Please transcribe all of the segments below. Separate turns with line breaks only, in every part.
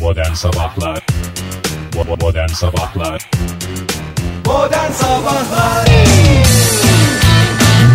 Modern Sabahlar Bo- Modern Sabahlar
Modern Sabahlar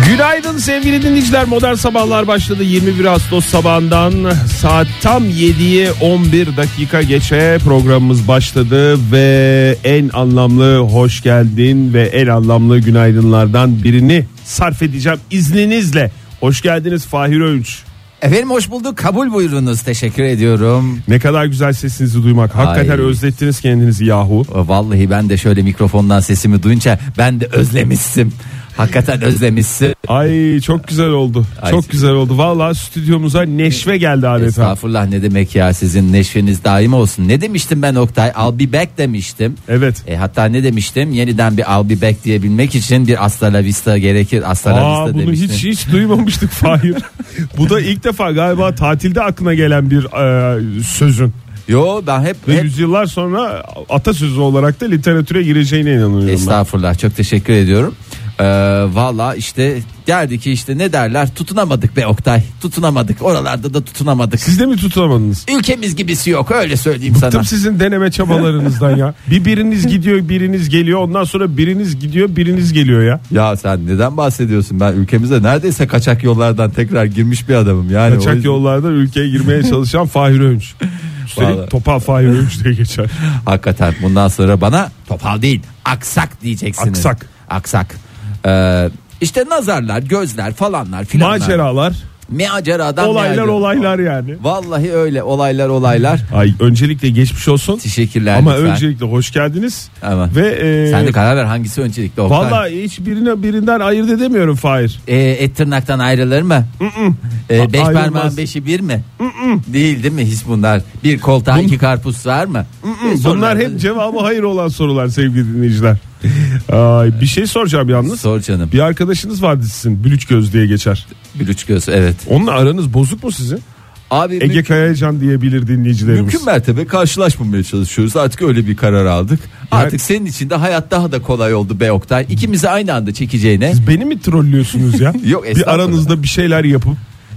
Günaydın sevgili dinleyiciler. Modern Sabahlar başladı. 21 Ağustos sabahından saat tam 7'ye 11 dakika geçe programımız başladı ve en anlamlı hoş geldin ve en anlamlı günaydınlardan birini sarf edeceğim izninizle. Hoş geldiniz Fahir Öğünç.
Efendim hoş bulduk kabul buyurunuz teşekkür ediyorum
Ne kadar güzel sesinizi duymak. Hakikaten
Ay.
özlettiniz kendinizi yahu.
E, Vallahi ben de şöyle mikrofondan sesimi duyunca ben de özlemişsin Hakikaten özlemişsin
Ay çok güzel oldu.
Ay.
Çok güzel oldu. Vallahi stüdyomuza neşve geldi adeta.
Estağfurullah ne demek ya sizin neşveniz daim olsun Ne demiştim ben Oktay I'll be back demiştim
Evet.
E, hatta ne demiştim yeniden bir I'll be back diyebilmek için bir hasta la vista gerekir Hasta la
Aa,
vista
bunu
demiştim
hiç hiç duymamıştık Fahir. Bu da ilk defa galiba tatilde aklına gelen bir e, sözün.
Yo ben hep,
Ve
hep
yüzyıllar sonra atasözü olarak da literatüre gireceğine inanıyorum ben.
Estağfurullah çok teşekkür ediyorum. Ee, Valla işte derdi ki işte ne derler tutunamadık be Oktay tutunamadık oralarda da tutunamadık.
Siz de mi tutamadınız?
Ülkemiz gibisi yok öyle söyleyeyim sana.
Tüm sizin deneme çabalarınızdan ya. Bir biriniz gidiyor, biriniz geliyor. Ondan sonra biriniz gidiyor, biriniz geliyor ya.
Ya sen neden bahsediyorsun ben ülkemize neredeyse kaçak yollardan tekrar girmiş bir adamım yani. o
Kaçak
yüzden-
yollarda ülkeye girmeye çalışan Fahir Öğünç. Üstelik
Vallahi.
topal Fahir Öğünç diye geçer.
Hakikaten bundan sonra bana topal değil aksak diyeceksiniz.
Aksak.
Aksak. Ee, işte nazarlar gözler falanlar filanlar.
Maceralar,
Maceradan
olaylar
macera.
olaylar yani.
Vallahi öyle olaylar olaylar.
Ay öncelikle geçmiş olsun.
Teşekkürler
Ama
lütfen.
öncelikle hoş geldiniz.
Ama.
Ve e,
Sen de karar ver hangisi öncelikli Oktay.
vallahi hiçbirine birinden ayırt edemiyorum Fahir.
Ee, et tırnaktan ayrılır mı? Ee, beş
A- ayrılmaz.
parmağın beşi bir mi? Değil değil mi hiç bunlar? Bir koltuğa iki karpuz sığar mı? Ee, sorular-
Bunlar hep cevabı hayır olan sorular sevgili dinleyiciler. Ay, bir şey soracağım yalnız.
Sor canım.
Bir arkadaşınız vardı sizin Bülüç Göz diye geçer.
Bir üç göz evet.
Onunla aranız bozuk mu sizin?
Abi mü-
Ege Kayacan diyebilir dinleyicilerimiz.
mümkün mertebe karşılaşmamaya çalışıyoruz. Artık öyle bir karar aldık. Artık senin için de hayat daha da kolay oldu be Oktay. İkimizi aynı anda çekeceğine.
Siz beni mi trollüyorsunuz ya?
Yok,
bir
estağfurullah.
aranızda bir şeyler yapıp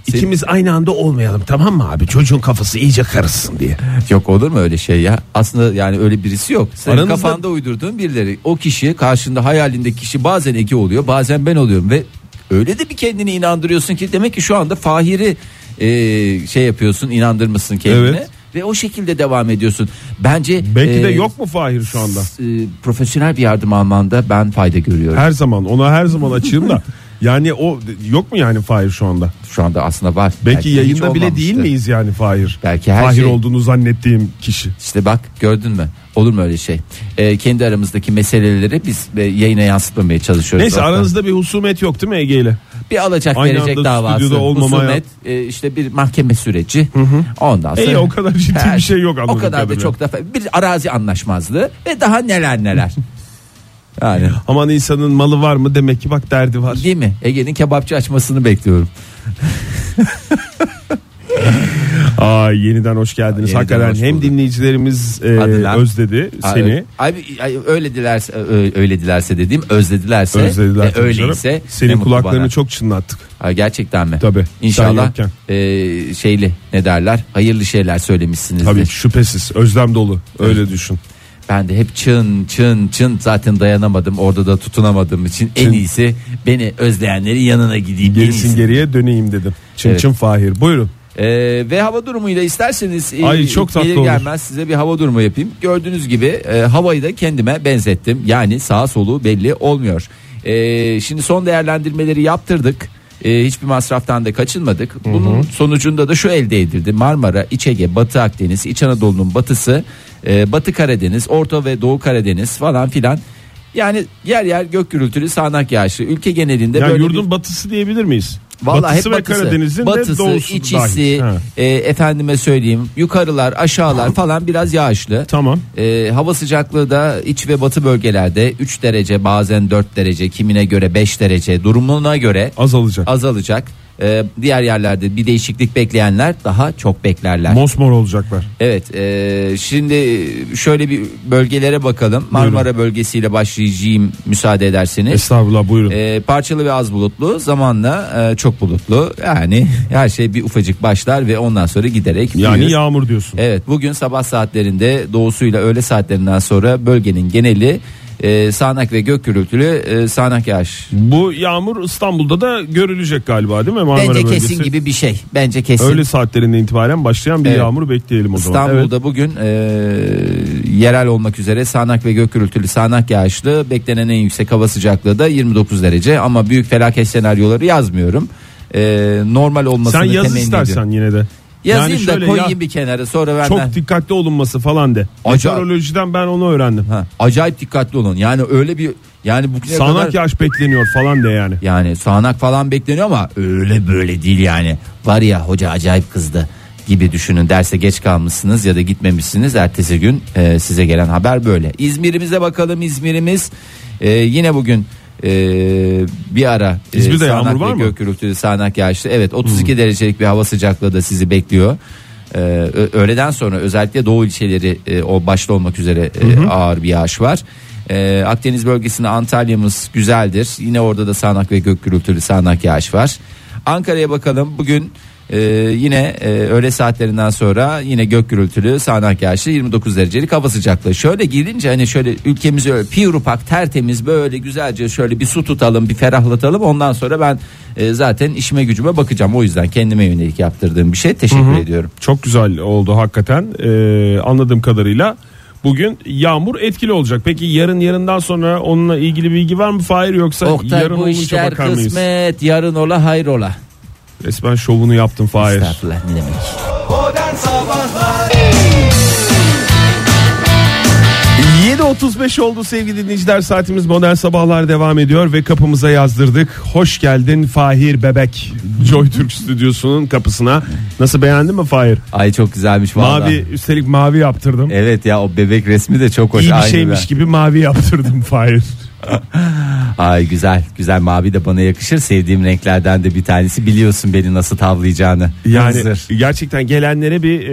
Senin-
ikimiz aynı anda olmayalım tamam mı abi? Çocuğun kafası iyice karışsın diye.
Yok olur mu öyle şey ya? Aslında yani öyle birisi yok. Senin
Aranızda-
kafanda uydurduğun birileri. O kişi karşında hayalindeki kişi bazen Ege oluyor bazen ben oluyorum ve öyle de bir kendini inandırıyorsun ki demek ki şu anda Fahir'i e, şey yapıyorsun inandırmışsın kendine.
Evet.
Ve o şekilde devam ediyorsun. Bence
Belki de
e,
yok mu Fahir şu anda?
s- e, profesyonel bir yardım almanda ben fayda görüyorum.
Her zaman ona her zaman açığım da. Yani o yok mu yani Fahir şu anda?
Şu anda aslında var.
Belki,
hiç
yayında bile
olmamıştı.
değil miyiz yani Fahir?
Belki her
Fahir
şey-
olduğunu zannettiğim kişi.
İşte bak gördün mü? Olur mu öyle şey? E, kendi aramızdaki meseleleri biz e, yayına yansıtmamaya çalışıyoruz.
Neyse
Oktay.
aranızda bir husumet yok değil mi Ege ile?
bir alacak
Aynı
verecek
anda
davası
stüdyoda olmamaya-
husumet e, işte bir mahkeme süreci ondan sonra
İyi, o kadar ciddi
Her-
bir şey yok
o
anladığım
kadar da
kadarıyla.
çok da bir arazi anlaşmazlığı ve daha neler neler yani
Aman insanın malı var mı demek ki bak derdi var.
değil mi Ege'nin kebapçı açmasını bekliyorum
Ay yeniden hoş geldiniz.
Yeniden
Hakikaten
hoş
hem
bulduk.
dinleyicilerimiz e,
Hadi lan.
özledi
Aa,
seni.
abi ay, öyle dilerse ö- öyle dilerse dediğim özledilerse
Özlediler
e,
tabii
öyleyse
canım.
ne
Senin
mutlu
kulaklarını
bana.
çok çınlattık.
Aa, gerçekten mi
Tabii, sen
İnşallah
yokken.
e, şeyli ne derler hayırlı şeyler söylemişsinizdir
Tabii şüphesiz özlem dolu öyle düşün.
Ben de hep çın çın çın zaten dayanamadım orada da tutunamadığım için en iyisi beni özleyenlerin yanına gideyim. en
Gerisin
iyisi.
geriye döneyim dedim. Çın
Evet.
çın Fahir buyurun.
Ee, ve hava durumuyla isterseniz e,
Ay, çok tatlı
gelir
olur.
gelmez size bir hava durumu yapayım. Gördüğünüz gibi e, havayı da kendime benzettim yani sağa soluğu belli olmuyor. E, şimdi son değerlendirmeleri yaptırdık. E, hiçbir masraftan da kaçınmadık. Bunun sonucunda da şu elde edildi. Marmara, İç Ege, Batı Akdeniz, İç Anadolu'nun batısı, e, Batı Karadeniz, Orta ve Doğu Karadeniz falan filan. Yani yer yer gök gürültülü sağanak yağışlı. Ülke genelinde
Yani
böyle bir-
yurdun batısı diyebilir miyiz?
Vallahi
batısı
hep
ve
batısı.
Karadeniz'in
batısı,
de doğusu
içisi,
dahil. Ha,
e, efendime söyleyeyim yukarılar aşağılar falan biraz yağışlı.
Tamam.
E, hava sıcaklığı da iç ve batı bölgelerde 3 derece bazen 4 derece kimine göre 5 derece durumuna göre
Azalacak.
azalacak. E, diğer yerlerde bir değişiklik bekleyenler daha çok beklerler.
Mosmor olacaklar.
Evet e, şimdi şöyle bir bölgelere bakalım. Marmara bölgesiyle başlayacağım müsaade ederseniz.
Estağfurullah buyurun.
E, parçalı ve az bulutlu zamanla e, çok bulutlu yani her şey bir ufacık başlar ve ondan sonra giderek büyür.
yani yağmur diyorsun.
Evet bugün sabah saatlerinde doğusuyla öğle saatlerinden sonra bölgenin geneli e, sağanak ve gök gürültülü e, sağanak yağış.
Bu yağmur İstanbul'da da görülecek galiba değil mi Marmara
Bence
bölgesi?
kesin gibi bir şey. Bence kesin.
Öğle saatlerinden itibaren başlayan bir
Evet.
yağmur bekleyelim o zaman.
İstanbul'da bugün e, yerel olmak üzere sağanak ve gök gürültülü sağanak yağışlı beklenen en yüksek hava sıcaklığı da 29 derece ama büyük felaket senaryoları yazmıyorum. E, normal
Evet.
olmasını
Sen yaz
temenni ediyorum.
istersen yine de.
Yazayım
Yani
da
şöyle
koyayım
ya-
bir kenara sonra ben
Çok dikkatli olunması falan de.
Acayip.
Meteorolojiden ben onu öğrendim.
Ha, acayip dikkatli olun. Yani öyle bir yani bu
Sağanak yağış bekleniyor falan de yani.
Yani sağanak falan bekleniyor ama öyle böyle değil yani. Var ya hoca acayip kızdı gibi düşünün. Derse geç kalmışsınız ya da gitmemişsiniz. Ertesi gün e, size gelen haber böyle. İzmir'imize bakalım İzmir'imiz. e, yine bugün e, bir ara e,
İzmir'de
sağanak
yağmur var
ve
mı?
gök gürültülü sağanak yağışlı. Evet 32 derecelik bir hava sıcaklığı da sizi bekliyor. E, ö- öğleden sonra özellikle doğu ilçeleri e, o başta olmak üzere e, ağır bir yağış var. E, Akdeniz bölgesinde Antalya'mız güzeldir. Yine orada da sağanak ve gök gürültülü sağanak yağış var. Ankara'ya bakalım bugün e, yine e, öğle saatlerinden sonra yine gök gürültülü sağanak yağışlı 29 derecelik hava sıcaklığı. Şöyle girince hani şöyle ülkemizi öyle pirupak tertemiz böyle güzelce şöyle bir su tutalım bir ferahlatalım ondan sonra ben e, zaten işime gücüme bakacağım. O yüzden kendime yönelik yaptırdığım bir şey teşekkür ediyorum.
Çok güzel oldu hakikaten. Ee, anladığım kadarıyla bugün yağmur etkili olacak. Peki yarın yarından sonra onunla ilgili bilgi var mı? Hayır yoksa
Oktay
yarın
bu
olunca
işler
bakar mıyız?
kısmet yarın ola hayrola.
Resmen şovunu yaptın Fahir.
Estağfurullah ne demek.
Modern Sabahlar
7.35 oldu sevgili dinleyiciler saatimiz modern sabahlar devam ediyor ve kapımıza yazdırdık. Hoş geldin Fahir Bebek Joy Türk stüdyosunun kapısına. Nasıl beğendin mi Fahir?
Ay çok güzelmiş vallahi.
Mavi üstelik mavi yaptırdım.
Evet ya o bebek resmi de çok hoş.
İyi bir
Aynı
şeymiş
ben.
gibi mavi yaptırdım Fahir.
Ay güzel güzel mavi de bana yakışır sevdiğim renklerden de bir tanesi biliyorsun beni nasıl tavlayacağını.
Yani
Hazır.
gerçekten gelenlere bir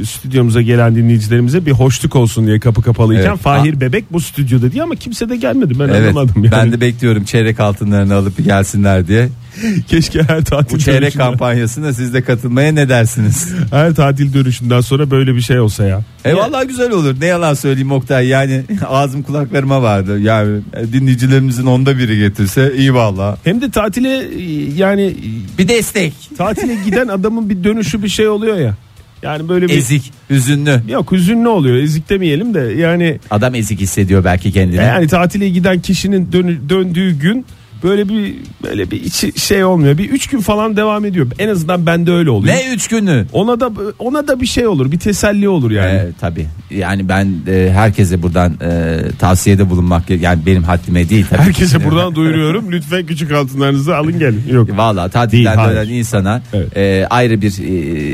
e, stüdyomuza gelen dinleyicilerimize bir hoşluk olsun diye kapı kapalıyken
Evet.
Fahir Bebek bu stüdyoda diye ama kimse de gelmedi ben
Evet
anlamadım. Yani.
ben de bekliyorum çeyrek altınlarını alıp bir gelsinler diye.
Keşke her tatil
Bu çeyrek
dönüşünden-
kampanyasına siz de katılmaya ne dersiniz?
her tatil dönüşünden sonra böyle bir şey olsa ya.
E vallahi güzel olur. Ne yalan söyleyeyim Oktay. Yani ağzım kulaklarıma vardı. Yani e, dinleyicilerimizin onda biri getirse iyi vallahi.
Hem de tatile e, yani
Bir destek.
e, tatile giden adamın bir dönüşü bir şey oluyor ya. Yani böyle bir
Ezik, hüzünlü.
yok hüzünlü oluyor. Ezik demeyelim de yani
Adam ezik hissediyor belki kendini.
E, yani tatile giden kişinin dönü- döndüğü gün böyle bir böyle bir içi şey olmuyor. Bir üç gün falan devam ediyor. En azından bende öyle oluyor.
ne üç günü?
Ona da ona da bir şey olur. Bir teselli olur yani.
Ee, tabii. Yani ben e, herkese buradan e, tavsiyede bulunmak yani benim haddime değil tabii.
Herkese
Şimdi-
buradan duyuruyorum. Lütfen küçük altınlarınızı alın gelin. Yok.
Vallahi
Değil,
tatilden
hayır.
dönen insana
Evet.
e, ayrı bir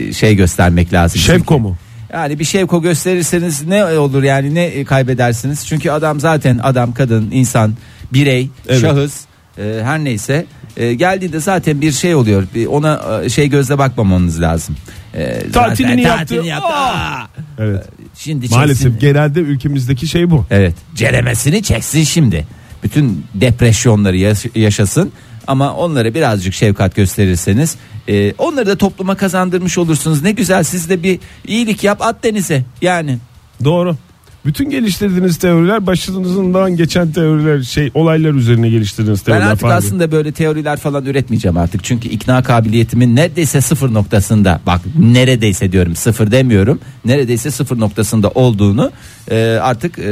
e, şey göstermek lazım.
Şevko mu?
Yani bir şevko gösterirseniz ne olur yani ne kaybedersiniz? Çünkü adam zaten adam, kadın, insan, birey,
Evet.
şahıs e, her neyse e, geldiğinde zaten bir şey oluyor. Bir ona e, şey gözle bakmamanız lazım. E, zaten
Tatilini yaptı.
yaptı.
Aa!
Aa!
Evet.
Ee, Şimdi
Maalesef
çeksin.
genelde ülkemizdeki şey bu.
Evet. Ceremesini çeksin şimdi. Bütün depresyonları yaş- yaşasın ama onlara birazcık şefkat gösterirseniz e, onları da topluma kazandırmış olursunuz. Ne güzel siz de bir iyilik yap at denize. Yani
Doğru. Bütün geliştirdiğiniz teoriler başınızdan geçen teoriler şey olaylar üzerine geliştirdiğiniz
ben
teoriler
artık
falan.
aslında böyle teoriler falan üretmeyeceğim artık. Çünkü ikna kabiliyetimin neredeyse sıfır noktasında bak neredeyse diyorum sıfır demiyorum. Neredeyse sıfır noktasında olduğunu e, artık e,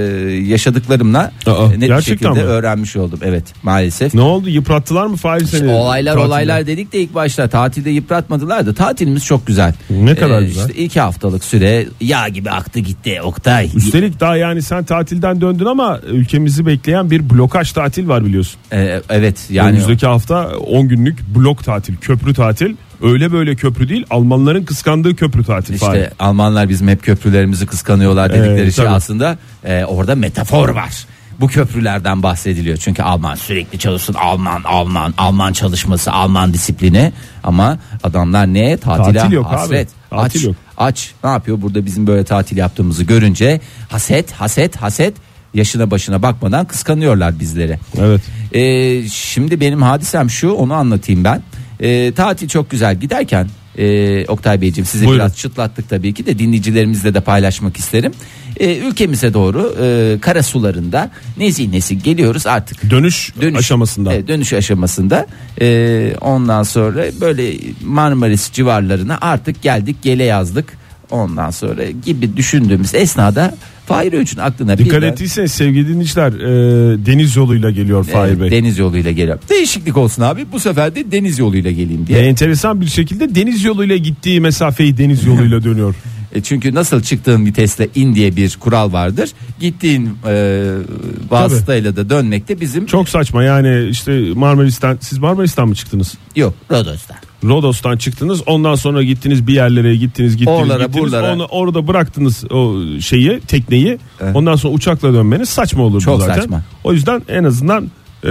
yaşadıklarımla
Aa,
e, net bir
gerçekten
şekilde
mi?
öğrenmiş oldum. Evet maalesef.
Ne oldu yıprattılar mı Fahir seni?
olaylar
tatilde?
olaylar dedik de ilk başta tatilde yıpratmadılar da tatilimiz çok güzel. Ee,
Ne kadar güzel.
Işte iki haftalık süre yağ gibi aktı gitti Oktay.
Üstelik daha yani sen tatilden döndün ama ülkemizi bekleyen bir blokaj tatil var biliyorsun.
Ee, evet yani
Önümüzdeki hafta 10 günlük blok tatil, köprü tatil. Öyle böyle köprü değil Almanların kıskandığı köprü tatil
işte
Fahir.
Almanlar bizim hep köprülerimizi kıskanıyorlar dedikleri
Ee,
şey
tabii.
aslında e, orada metafor var. bu köprülerden bahsediliyor. Çünkü Alman sürekli çalışsın Alman Alman Alman çalışması Alman disiplini ama adamlar ne tatile
Tatil yok abi.
hasret.
Tatil
aç,
yok.
aç ne yapıyor burada bizim böyle tatil yaptığımızı görünce haset haset haset yaşına başına bakmadan kıskanıyorlar bizleri.
Evet.
Ee, şimdi benim hadisem şu onu anlatayım ben. Ee, tatil çok güzel giderken e, Oktay Beyciğim sizi
Buyurun.
biraz çıtlattık tabii ki de dinleyicilerimizle de paylaşmak isterim. Ee, ülkemize doğru e, kara sularında nezih nezih geliyoruz artık.
Dönüş, aşamasında.
Evet, dönüş aşamasında. Ee, ondan sonra böyle Marmaris civarlarına artık geldik gele yazdık. Ondan sonra gibi düşündüğümüz esnada Fahir Öğünç'ün aklına
Dikkat
birden-
ettiyseniz sevgili dinleyiciler e, deniz yoluyla geliyor Fahir Bey.
Evet, deniz yoluyla geliyorum. Değişiklik olsun abi. Bu sefer de deniz yoluyla geleyim diye.
E, enteresan bir şekilde deniz yoluyla gittiği mesafeyi deniz yoluyla dönüyor.
E, çünkü nasıl çıktığın vitesle in diye bir kural vardır. Gittiğin e, vasıtayla da dönmekte bizim
Çok saçma yani işte Marmaris'ten siz Marmaris'ten mi çıktınız?
yok. Rodos'ta.
Rodos'tan çıktınız ondan sonra gittiniz bir yerlere gittiniz gittiniz
Oralara,
gittiniz.
buralara.
Onu, orada bıraktınız o şeyi tekneyi
Evet.
ondan sonra uçakla dönmeniz saçma olurdu
Çok
zaten.
saçma.
O yüzden en azından e,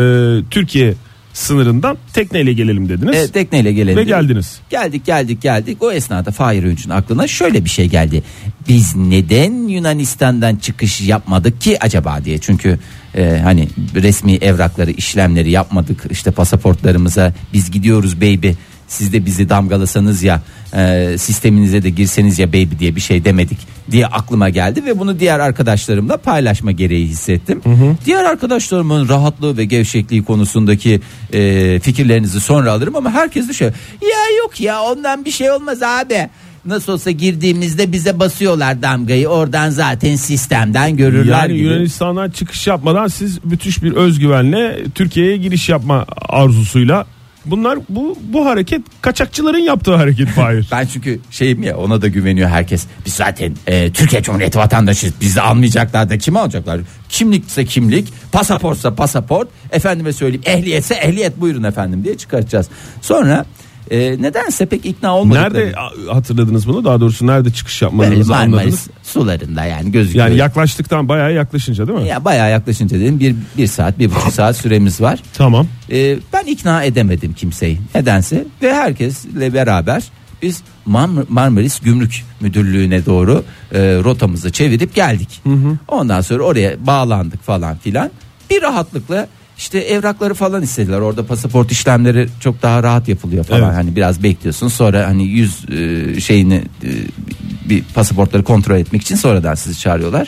Türkiye sınırından tekneyle gelelim dediniz
E, tekneyle gelelim.
ve geldiniz.
Geldik geldik geldik. O esnada Fahir Öğünç'ün aklına şöyle bir şey geldi. Biz neden Yunanistan'dan çıkış yapmadık ki acaba diye. Çünkü e, hani resmi evrakları işlemleri yapmadık. İşte pasaportlarımıza biz gidiyoruz baby. Siz de bizi damgalasanız ya e, sisteminize de girseniz ya baby diye bir şey demedik diye aklıma geldi ve bunu diğer arkadaşlarımla paylaşma gereği hissettim. Diğer arkadaşlarımın rahatlığı ve gevşekliği konusundaki e, fikirlerinizi sonra alırım ama herkes de şöyle ya yok ya ondan bir şey olmaz abi. Nasıl olsa girdiğimizde bize basıyorlar damgayı oradan zaten sistemden görürler
Yani
gibi.
Yunanistan'dan çıkış yapmadan siz müthiş bir özgüvenle Türkiye'ye giriş yapma arzusuyla bunlar bu bu hareket kaçakçıların yaptığı hareket Fahir.
Ben çünkü şeyim ya ona da güveniyor herkes. Biz zaten e, Türkiye Cumhuriyeti vatandaşıyız. Bizi almayacaklar da kimi alacaklar? Kimlikse kimlik, pasaportsa pasaport, efendime söyleyeyim ehliyetse ehliyet buyurun efendim diye çıkartacağız. Sonra e, nedense pek ikna olmadıkları.
Nerede a- hatırladınız bunu? Daha doğrusu nerede çıkış
Böyle
yapmanızı anladınız?
Marmaris sularında yani gözüküyor.
Yani yaklaştıktan bayağı yaklaşınca değil mi?
ya bayağı yaklaşınca dedim bir, bir saat bir buçuk saat süremiz var.
Tamam.
Ee, ben ikna edemedim kimseyi nedense ve herkesle beraber biz Mar- Marmaris Gümrük Müdürlüğü'ne doğru e, rotamızı çevirip geldik. Ondan sonra oraya bağlandık falan filan. Bir rahatlıkla işte evrakları falan istediler. Orada pasaport işlemleri çok daha rahat yapılıyor falan.
Evet.
Hani biraz bekliyorsun. Sonra hani yüz e, şeyini e, bir pasaportları kontrol etmek için sonradan sizi çağırıyorlar.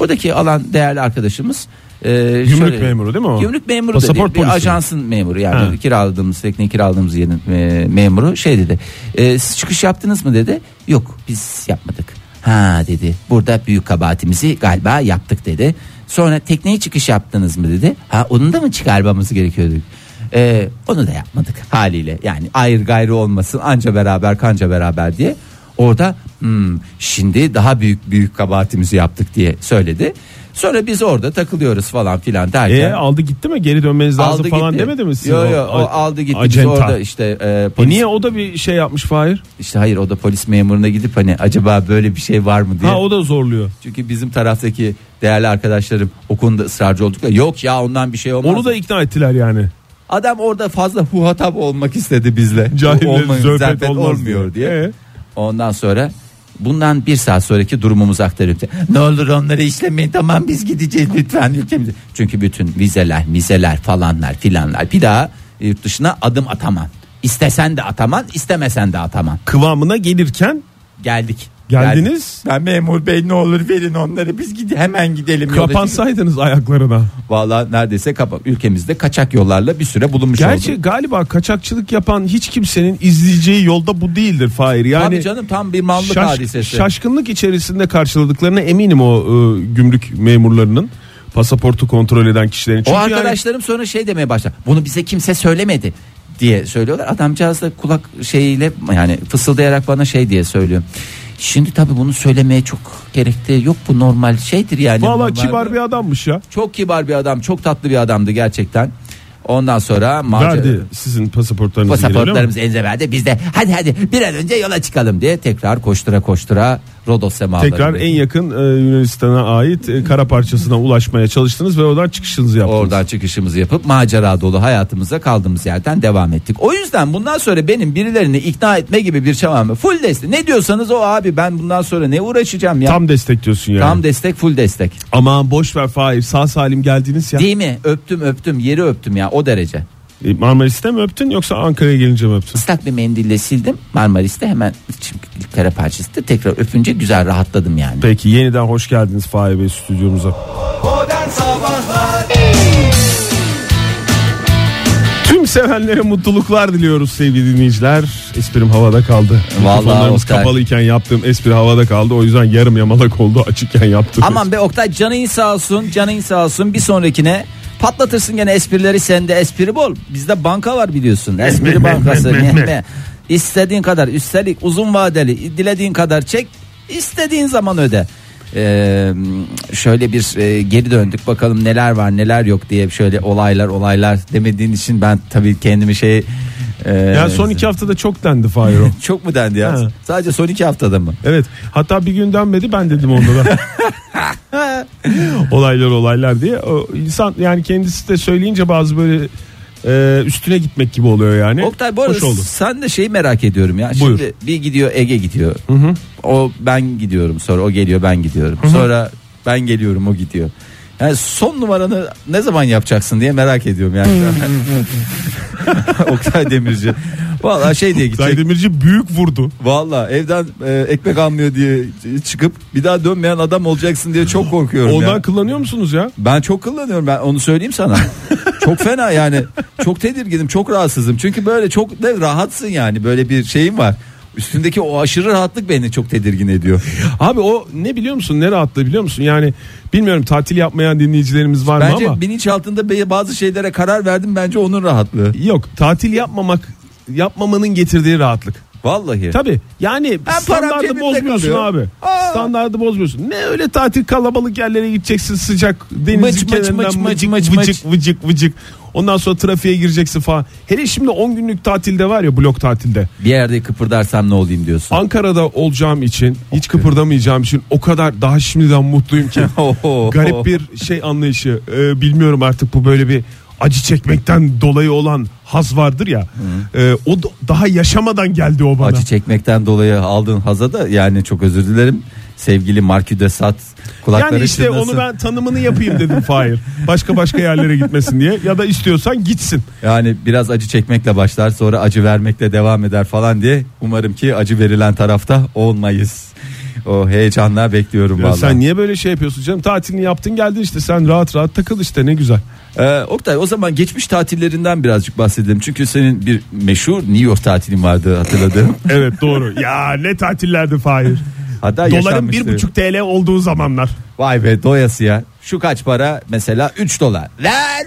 Oradaki alan değerli arkadaşımız e, şöyle-
memuru değil mi o?
Gümrük memuru
Pasaport
dedi. Bir
polisi mi?
ajans Basın memuru yani
Ha.
kiraladığımız tekneyi kiraladığımız yerin e, memuru şey dedi. E, siz çıkış yaptınız mı dedi. Yok biz yapmadık. Ha dedi. Burada büyük kabahatimizi galiba yaptık dedi. Sonra tekneye çıkış yaptınız mı dedi. Ha onun da mı çıkarmamız gerekiyordu? E, onu da yapmadık haliyle. Yani ayrı gayrı olmasın anca beraber kanca beraber diye. Orada "Hmm, şimdi daha büyük büyük kabahatimizi yaptık diye söyledi. Sonra biz orada takılıyoruz falan filan derken.
E aldı gitti mi? Geri dönmeniz lazım falan demedi mi size?
Yo,
o
yo, o
a-
aldı gitti biz
acenta?
orada işte e,
E
polis,
niye o da bir şey yapmış Fahir?
işte hayır o da polis memuruna gidip hani acaba böyle bir şey var mı diye.
Ha o da zorluyor.
Çünkü bizim taraftaki değerli arkadaşlarım o konuda ısrarcı olduklar. Yok ya ondan bir şey olmaz.
Onu da ikna ettiler yani.
Adam orada fazla huhatap olmak istedi bizle.
Cahille
Olmayın,
zöhbet
zerfet
olmaz
olmuyor diye.
diye. E?
Ondan sonra bundan bir saat sonraki durumumuzu aktarıyorum. Ne olur onları işlemeyin tamam biz gideceğiz lütfen ülkemize. Çünkü bütün vizeler mizeler falanlar filanlar bir daha yurt dışına adım ataman. İstesen de ataman istemesen de ataman.
Kıvamına gelirken
Geldik.
Geldiniz.
Ben memur bey ne olur verin onları biz gide hemen gidelim. yola çıkın.
kapansaydınız ayaklarına.
Valla neredeyse kapa- ülkemizde kaçak yollarla bir süre bulunmuş
Gerçi
olduk.
galiba kaçakçılık yapan hiç kimsenin izleyeceği yolda bu değildir Fahir. Yani
Tabii canım tam bir mallık
şaş-
hadisesi.
şaşkınlık içerisinde karşıladıklarına eminim o e, gümrük memurlarının pasaportu kontrol eden kişilerin.
O
Çünkü yani-
arkadaşlarım sonra şey demeye başlar. Bunu bize kimse söylemedi diye söylüyorlar. Adamcağız da kulak şeyiyle yani fısıldayarak bana şey diye söylüyor. Şimdi tabii bunu söylemeye çok gerek de yok bu normal şeydir yani.
Valla
Normal-
kibar bir adammış ya.
Çok kibar bir adam çok tatlı bir adamdı gerçekten. Ondan sonra macera-
Verdi sizin pasaportlarınızı geri, öyle mi?
Pasaportlarımız enzeverde biz de hadi hadi bir an önce yola çıkalım diye tekrar koştura koştura Rodos semalarında.
Tekrar en yakın e, Yunanistan'a ait e, kara parçasına ulaşmaya çalıştınız ve oradan çıkışınızı yaptınız.
Oradan çıkışımızı yapıp macera dolu hayatımıza kaldığımız yerden devam ettik. O yüzden bundan sonra benim birilerini ikna etme gibi bir çabam full destek. Ne diyorsanız o abi ben bundan sonra ne uğraşacağım ya. Tam,
Tam destekliyorsun yani.
destek full destek.
Aman boş ver Fahir sağ salim geldiniz ya.
Değil mi? Öptüm öptüm yeri öptüm ya o derece.
E, Marmaris'te mi öptün yoksa Ankara'ya gelince mi öptün?
Islak bir mendille sildim. Marmaris'te hemen çünkü kara parçası da tekrar öpünce güzel rahatladım yani.
Peki yeniden hoş geldiniz Fahir Bey stüdyomuza.
Modern Sabahlar
Tüm sevenlere mutluluklar diliyoruz sevgili dinleyiciler. Esprim havada kaldı.
Vallahi
Mikrofonlarımız
Oktay.
kapalıyken yaptığım espri havada kaldı. O yüzden yarım yamalak oldu açıkken yaptım.
Aman be Oktay canın sağ olsun canın sağ olsun bir sonrakine patlatırsın gene esprileri sende espri bol bizde banka var biliyorsun espri bankası mehme istediğin kadar üstelik uzun vadeli dilediğin kadar çek istediğin zaman öde Ee, şöyle bir e, geri döndük bakalım neler var neler yok diye şöyle olaylar olaylar demediğin için ben tabii kendimi şey e,
Ya son iki haftada çok dendi Fahir o.
çok mu dendi ya
Ha.
sadece son iki haftada mı
Evet. Hatta bir gün denmedi ben dedim onda da. olaylar olaylar diye. O insan yani kendisi de söyleyince bazı böyle e, üstüne gitmek gibi oluyor yani.
Oktay bu arada
Hoş oldu.
sen de şeyi merak ediyorum ya.
Buyur.
Şimdi bir gidiyor Ege gidiyor. O ben gidiyorum sonra o geliyor ben gidiyorum. Sonra ben geliyorum o gidiyor. Yani son numaranı ne zaman yapacaksın diye merak ediyorum yani. Oktay Demirci. Vallahi şey diye
Zahid
gidecek.
Demirci büyük vurdu.
Vallahi evden e, ekmek almıyor diye çıkıp bir daha dönmeyen adam olacaksın diye çok korkuyorum ya.
Ondan kullanıyor musunuz ya?
Ben çok kullanıyorum ben onu söyleyeyim sana. çok fena yani. Çok tedirginim, çok rahatsızım. Çünkü böyle çok da rahatsın yani. Böyle bir şeyim var. Üstündeki o aşırı rahatlık beni çok tedirgin ediyor.
Abi o ne biliyor musun? Ne rahatlığı biliyor musun? Yani bilmiyorum tatil yapmayan dinleyicilerimiz var
Bence
mı ama.
bilinçaltında be- bazı şeylere karar verdim. Bence onun rahatlığı.
Yok tatil yapmamak yapmamanın getirdiği rahatlık.
Vallahi.
Tabi E yani
param
standardı
cebimde
bozmuyorsun
kalıyor.
abi.
Aa.
Standardı bozmuyorsun. Ne öyle tatil kalabalık yerlere gideceksin sıcak denizin
Mıç, mıç,
kenarından
mıç, mıç,
mıcık,
mıç,
vıcık vıcık vıcık. Ondan sonra trafiğe gireceksin falan. Hele şimdi 10 günlük tatilde var ya blok tatilde.
Bir yerde kıpırdarsam ne olayım diyorsun.
Ankara'da olacağım için hiç kıpırdamayacağım için o kadar daha şimdiden mutluyum ki.
Oho.
Garip bir şey anlayışı. Ee, bilmiyorum artık bu böyle bir acı çekmekten dolayı olan haz vardır ya. Ee, o da- daha yaşamadan geldi o bana.
Acı çekmekten dolayı aldığın haza da yani çok özür dilerim. Sevgili Markü de Sat kulakları
Yani işte
çınlasın.
onu ben tanımını yapayım dedim Fahir. Başka başka yerlere gitmesin diye. Ya da istiyorsan gitsin.
Yani biraz acı çekmekle başlar sonra acı vermekle devam eder falan diye umarım ki acı verilen tarafta olmayız. O heyecanla bekliyorum
Ya
vallahi.
sen niye böyle şey yapıyorsun canım? Tatilini yaptın geldin işte sen rahat rahat takıl işte ne güzel.
Ee, Oktay o zaman geçmiş tatillerinden birazcık bahsedelim. Çünkü senin bir meşhur New York tatilin vardı hatırladım.
Evet doğru. ya ne tatillerdi Fahir.
Hatta
Doların
yaşanmıştı.
bir buçuk TL olduğu zamanlar.
Vay be doyasıya. Şu kaç para? Mesela 3 dolar. Ver.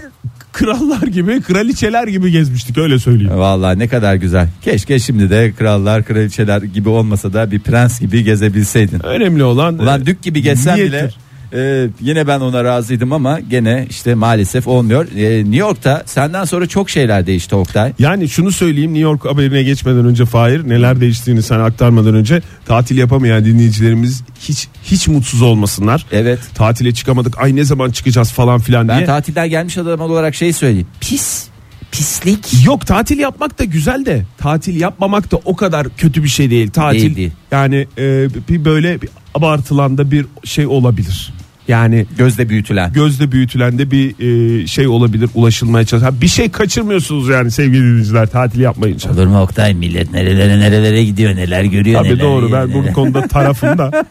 Krallar gibi kraliçeler gibi gezmiştik öyle söyleyeyim.
Vallahi ne kadar güzel. Keşke şimdi de krallar, kraliçeler gibi olmasa da bir prens gibi gezebilseydin.
Önemli olan e,
Ulan dük gibi geçsem
niyettir.
bile e, yine ben ona razıydım ama gene işte maalesef olmuyor. E, New York'ta senden sonra çok şeyler değişti Oktay.
Yani şunu söyleyeyim New York haberine geçmeden önce Fahir neler değiştiğini sana aktarmadan önce tatil yapamayan dinleyicilerimiz hiç hiç mutsuz olmasınlar.
Evet.
Tatile çıkamadık ay ne zaman çıkacağız falan filan
Ben
diye.
tatilden gelmiş adam olarak şey söyleyeyim. Pis, pislik.
Yok tatil yapmak da güzel de tatil yapmamak da o kadar kötü bir şey değil. Tatil
Değil, değil.
yani e, bir böyle bir abartılan da bir şey olabilir. Yani
Gözde büyütülen.
gözde büyütülen de bir e, şey olabilir ulaşılmaya çalışan. Bir şey kaçırmıyorsunuz yani sevgili dinleyiciler tatil yapmayınca.
Olur mu Oktay millet nerelere nerelere gidiyor neler görüyor
Abi
neler
doğru
yiyor,
ben bu
neler-
konuda tarafında.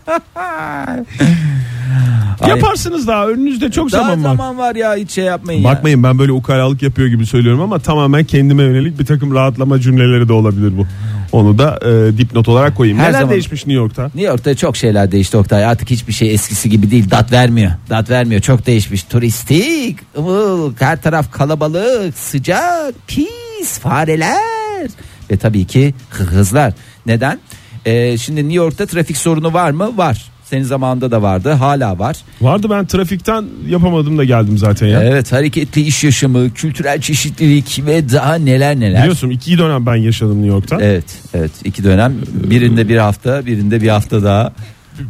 Yaparsınız daha önünüzde çok
Daha
zaman, var.
zaman var ya hiç şey yapmayın ya.
Bakmayın ben böyle ukalalık yapıyor gibi söylüyorum ama tamamen kendime yönelik bir takım rahatlama cümleleri de olabilir bu. Onu da e, dipnot olarak koyayım.
Her
Neler
zaman-
değişmiş New York'ta?
New York'ta çok şeyler değişti Oktay. Artık hiçbir şey eskisi gibi değil. Dat vermiyor. Dat vermiyor. Çok değişmiş. Turistik. ıvıl, her taraf kalabalık. Sıcak. Pis. Fareler. Ve tabii ki hızlar. Neden? Ee, şimdi New York'ta trafik sorunu var mı? Var. Senin zamanında da vardı hala var.
Vardı ben trafikten yapamadım da geldim zaten ya.
Evet hareketli iş yaşamı, kültürel çeşitlilik ve daha neler neler.
Biliyorsun iki dönem ben yaşadım New York'ta.
Evet evet iki dönem birinde bir hafta birinde bir hafta daha.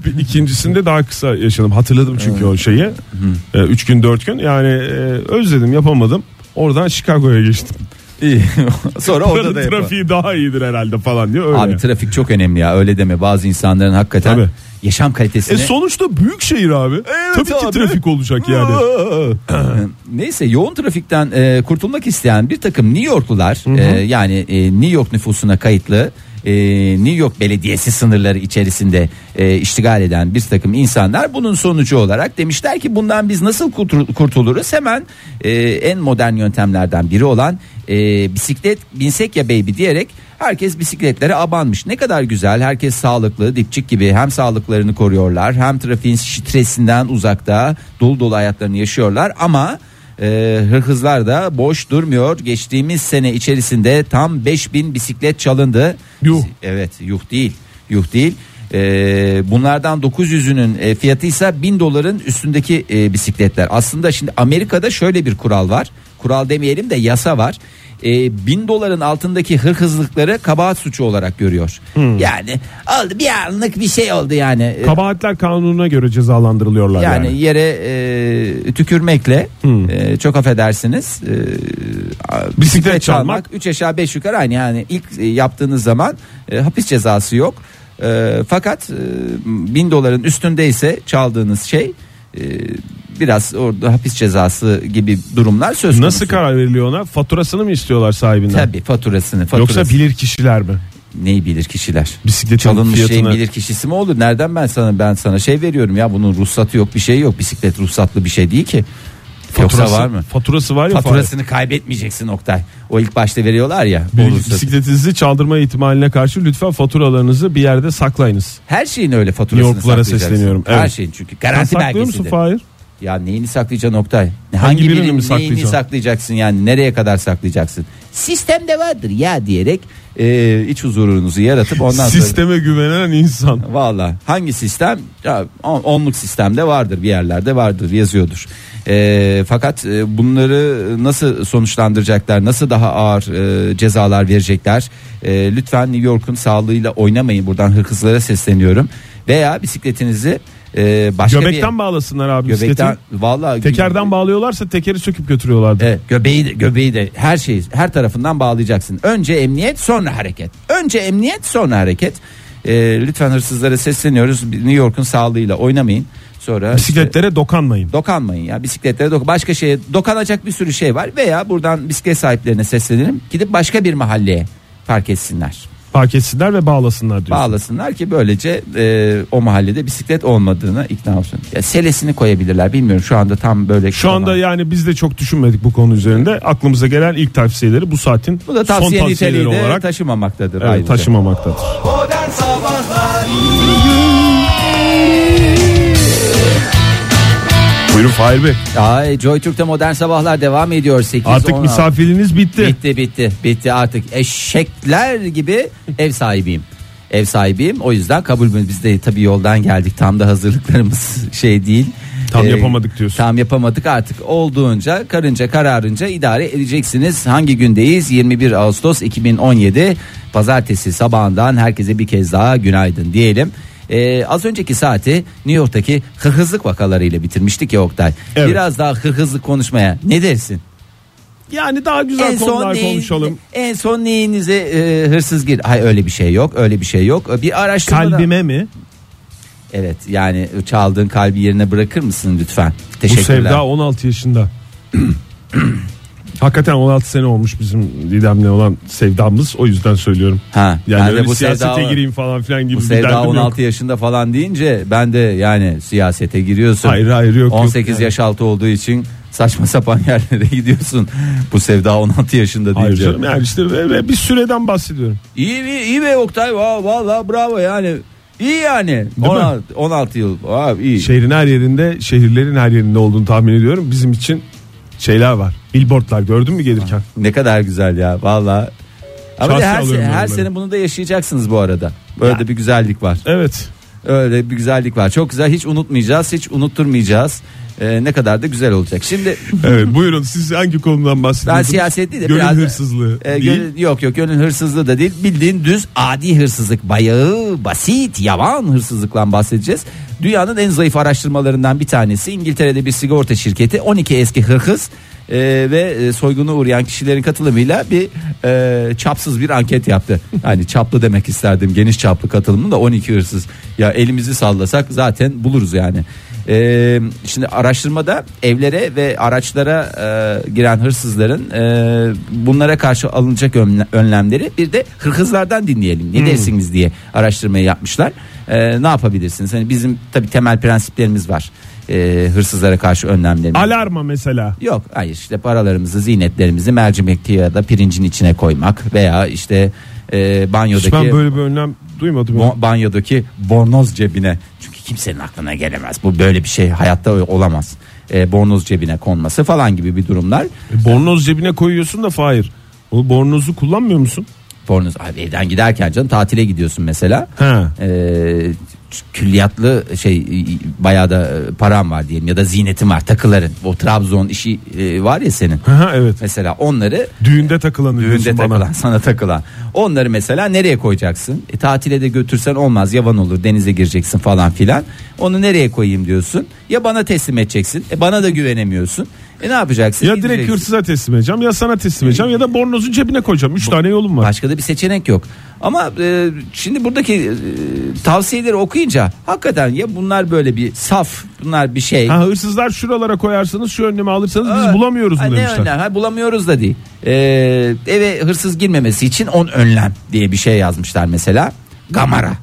Bir- İkincisinde daha kısa yaşadım. Hatırladım çünkü o şeyi. Ee, Üç gün dört gün yani e, özledim yapamadım. Oradan Chicago'ya geçtim.
İyi. Sonra orada
Buranın
da yapalım.
trafiği daha iyidir herhalde falan diyor öyle.
Abi trafik çok önemli ya öyle deme bazı insanların hakikaten
Tabii.
yaşam kalitesini.
e sonuçta büyük şehir abi. Tabii ki
abi.
trafik olacak yani.
Neyse yoğun trafikten e, kurtulmak isteyen bir takım New Yorklular e, yani e, New York nüfusuna kayıtlı e, New York Belediyesi sınırları içerisinde e, iştigal eden bir takım insanlar bunun sonucu olarak demişler ki bundan biz nasıl kurtul- kurtuluruz hemen e, en modern yöntemlerden biri olan e, bisiklet binsek ya baby diyerek herkes bisikletlere abanmış ne kadar güzel herkes sağlıklı dipçik gibi hem sağlıklarını koruyorlar hem trafiğin stresinden uzakta dolu dolu hayatlarını yaşıyorlar ama ee, hırkızlar da boş durmuyor. Geçtiğimiz sene içerisinde tam 5000 bisiklet çalındı.
Yuh.
Bisi- Evet yuh değil. Yuh değil. Ee, bunlardan 900'ünün e, fiyatı ise 1000 doların üstündeki e, bisikletler. Aslında şimdi Amerika'da şöyle bir kural var. Kural demeyelim de yasa var. Ee, 1000 doların altındaki hırkızlıkları kabahat suçu olarak görüyor. Yani oldu bir anlık bir şey oldu yani. Ee,
Kabahatler kanununa göre cezalandırılıyorlar yani.
yani, yere e, tükürmekle e, çok affedersiniz. e, a- bisiklet,
çalmak.
3 aşağı 5 yukarı aynı yani ilk e, yaptığınız zaman e, hapis cezası yok. E, fakat e, bin doların üstündeyse çaldığınız şey e, biraz orada hapis cezası gibi durumlar söz konusu.
Nasıl karar veriliyor ona? Faturasını mı istiyorlar sahibinden?
Tabii faturasını. faturasını.
Yoksa bilir kişiler mi?
neyi bilir kişiler?
Bisikletin
Çalınmış şeyin
fiyatını-
bilir kişisi mi olur? Nereden ben sana ben sana şey veriyorum ya bunun ruhsatı yok bir şey yok. Bisiklet ruhsatlı bir şey değil ki. Yoksa var mı?
Faturası var ya.
Faturasını kaybetmeyeceksin Oktay. O ilk başta veriyorlar ya.
Bil-
o ruhsatı.
bisikletinizi çaldırma ihtimaline karşı lütfen faturalarınızı bir yerde saklayınız.
Her şeyin öyle faturasını
New Yorklara
saklayacaksın.
sesleniyorum, evet.
Her şeyin çünkü
Sen
garanti
saklıyor
belgesi
musun
de.
Fahir?
Ya neyini saklayacaksın Oktay? Hangi,
birini
birinin
mi
neyini
saklayacaksın?
saklayacaksın yani nereye kadar saklayacaksın? Sistemde vardır ya diyerek e, iç huzurunuzu yaratıp ondan sonra...
Sisteme güvenen insan.
Valla hangi sistem? Ya, on- onluk sistemde vardır bir yerlerde vardır yazıyordur. Ee, fakat e, bunları nasıl sonuçlandıracaklar? Nasıl daha ağır e, cezalar verecekler? E, lütfen New York'un sağlığıyla oynamayın. Buradan hırkızlara sesleniyorum. Veya bisikletinizi e, başka
Göbekten
bir
bağlasınlar abi
göbekten
bisikleti.
vallahi
Tekerden bağlıyorlarsa tekeri söküp götürüyorlardı.
Evet, göbeği de, göbeği de her şeyi her tarafından bağlayacaksın. Önce emniyet sonra hareket. Önce emniyet sonra hareket. Ee, lütfen hırsızlara sesleniyoruz. New York'un sağlığıyla oynamayın. Sonra işte
Bisikletlere dokanmayın.
dokanmayın ya bisikletlere dok başka şeye dokanacak bir sürü şey var veya buradan bisiklet sahiplerine seslenelim. Gidip başka bir mahalleye park etsinler.
Park etsinler ve bağlasınlar diyor.
Bağlasınlar ki böylece e, o mahallede bisiklet olmadığına ikna olsun. Ya, selesini koyabilirler bilmiyorum şu anda tam böyle.
Şu anda yani biz de çok düşünmedik bu konu üzerinde. Aklımıza gelen ilk tavsiyeleri bu saatin
bu da
son
tavsiye
tavsiyeleri
niteliği de
olarak
taşımamaktadır.
evet,
ayrıca.
taşımamaktadır.
Modern Sabahlar
Buyurun Fahir Bey.
Ay Joy Türk'te modern sabahlar devam ediyor 8
Artık
16.
misafiriniz bitti.
bitti bitti bitti artık eşekler gibi ev sahibiyim. Ev sahibiyim o yüzden kabul biz de tabii yoldan geldik tam da hazırlıklarımız şey değil.
Tam yapamadık diyorsun.
Tam yapamadık artık olduğunca karınca kararınca idare edeceksiniz. Hangi gündeyiz? 21 Ağustos 2017 pazartesi sabahından herkese bir kez daha günaydın diyelim. Ee, az önceki saati New York'taki hırhızlık vakalarıyla bitirmiştik ya Oktay.
Evet.
Biraz daha hırhızlık konuşmaya ne dersin?
Yani daha güzel konular
neyin-
konuşalım.
En son neyinize e, hırsız gir? Hay öyle bir şey yok. Öyle bir şey yok. Bir araştırma.
Kalbime mi?
Evet yani çaldığın kalbi yerine bırakır mısın lütfen?
Bu
Teşekkürler.
Sevda 16 yaşında. Hakikaten 16 sene olmuş bizim Didem'le olan sevdamız o yüzden söylüyorum.
Ha.
Yani,
ben de
öyle
bu
siyasete
Sevda-
gireyim falan filan gibi
Bu
bir
Sevda
derdim
16
yok.
yaşında falan deyince ben de yani siyasete giriyorsun.
Hayır, hayır, yok, yok.
18
Yani.
yaş altı olduğu için saçma sapan yerlere gidiyorsun. Bu Sevda 16 yaşında
Hayır
deyince.
canım yani işte ve- ve bir süreden bahsediyorum.
İyi iyi, iyi be Oktay. Valla valla bravo yani. İyi yani.
mi?
16, 16 yıl. Abi iyi.
Şehrin her yerinde şehirlerin her yerinde olduğunu tahmin ediyorum. Bizim için şeyler var. Billboardlar gördün mü gelirken?
Ne kadar güzel ya valla. Ama
Şahsi
her,
alıyorum
sene,
ben
her
bunu.
sene bunu da yaşayacaksınız bu arada. Böyle de bir güzellik var.
Evet.
Öyle bir güzellik var. Çok güzel. Hiç unutmayacağız, hiç unutturmayacağız. Ee, ne kadar da güzel olacak. Şimdi
Evet, buyurun siz hangi konudan bahsediyorsunuz?
ben siyaset değil de
Gönül
biraz da-
hırsızlığı
E,
değil.
gönül- yok yok gönül hırsızlığı da değil. Bildiğin düz adi hırsızlık. Bayağı basit yavan hırsızlıkla bahsedeceğiz. Dünyanın en zayıf araştırmalarından bir tanesi İngiltere'de bir sigorta şirketi 12 eski hırkız e, ve e, soyguna uğrayan kişilerin katılımıyla bir e, çapsız bir anket yaptı. Yani çaplı demek isterdim geniş çaplı katılımın da 12 hırsız. Ya elimizi sallasak zaten buluruz yani. E, şimdi araştırmada evlere ve araçlara e, giren hırsızların e, bunlara karşı alınacak önle- önlemleri bir de hırsızlardan dinleyelim.
Hmm.
Ne dersiniz diye araştırmayı yapmışlar. E, ne yapabilirsiniz? Hani bizim tabii temel prensiplerimiz var. E, hırsızlara karşı önlemlerimiz.
Alarma mesela.
Yok hayır işte paralarımızı ziynetlerimizi mercimekli ya da pirincin içine koymak veya işte e, banyodaki
Hiç ben böyle bir önlem duymadım.
bo- banyodaki bornoz cebine çünkü kimsenin aklına gelemez bu böyle bir şey hayatta olamaz E, bornoz cebine konması falan gibi bir durumlar
E, bornoz cebine koyuyorsun da Fahir. O bornozu kullanmıyor musun?
bornoz abi evden giderken canım tatile gidiyorsun mesela
Ha.
Ee, külliyatlı şey e, bayağı da e, param var diyelim ya da ziynetim var takıların o Trabzon işi e, var ya senin
Ha evet.
mesela onları
E, Düğünde takılanı diyorsun
Düğünde
bana.
takılan sana takılan onları mesela nereye koyacaksın e, tatile de götürsen olmaz yavan olur denize gireceksin falan filan onu nereye koyayım diyorsun ya bana teslim edeceksin e, bana da güvenemiyorsun e ne yapacaksın
Ya direkt
Gideceksin.
hırsıza teslim edeceğim ya sana teslim edeceğim ya da bornozun cebine koyacağım. Üç tane yolum var.
Başka da bir seçenek yok. Ama e, şimdi buradaki e, tavsiyeleri okuyunca hakikaten ya bunlar böyle bir saf, bunlar bir şey.
Ha hırsızlar şuralara koyarsanız şu önlemi alırsanız
Aa,
biz bulamıyoruz
ha,
mu
ne
demişler.
önlem? Ha, bulamıyoruz da değil. E, eve hırsız girmemesi için on önlem diye bir şey yazmışlar mesela. Kamera.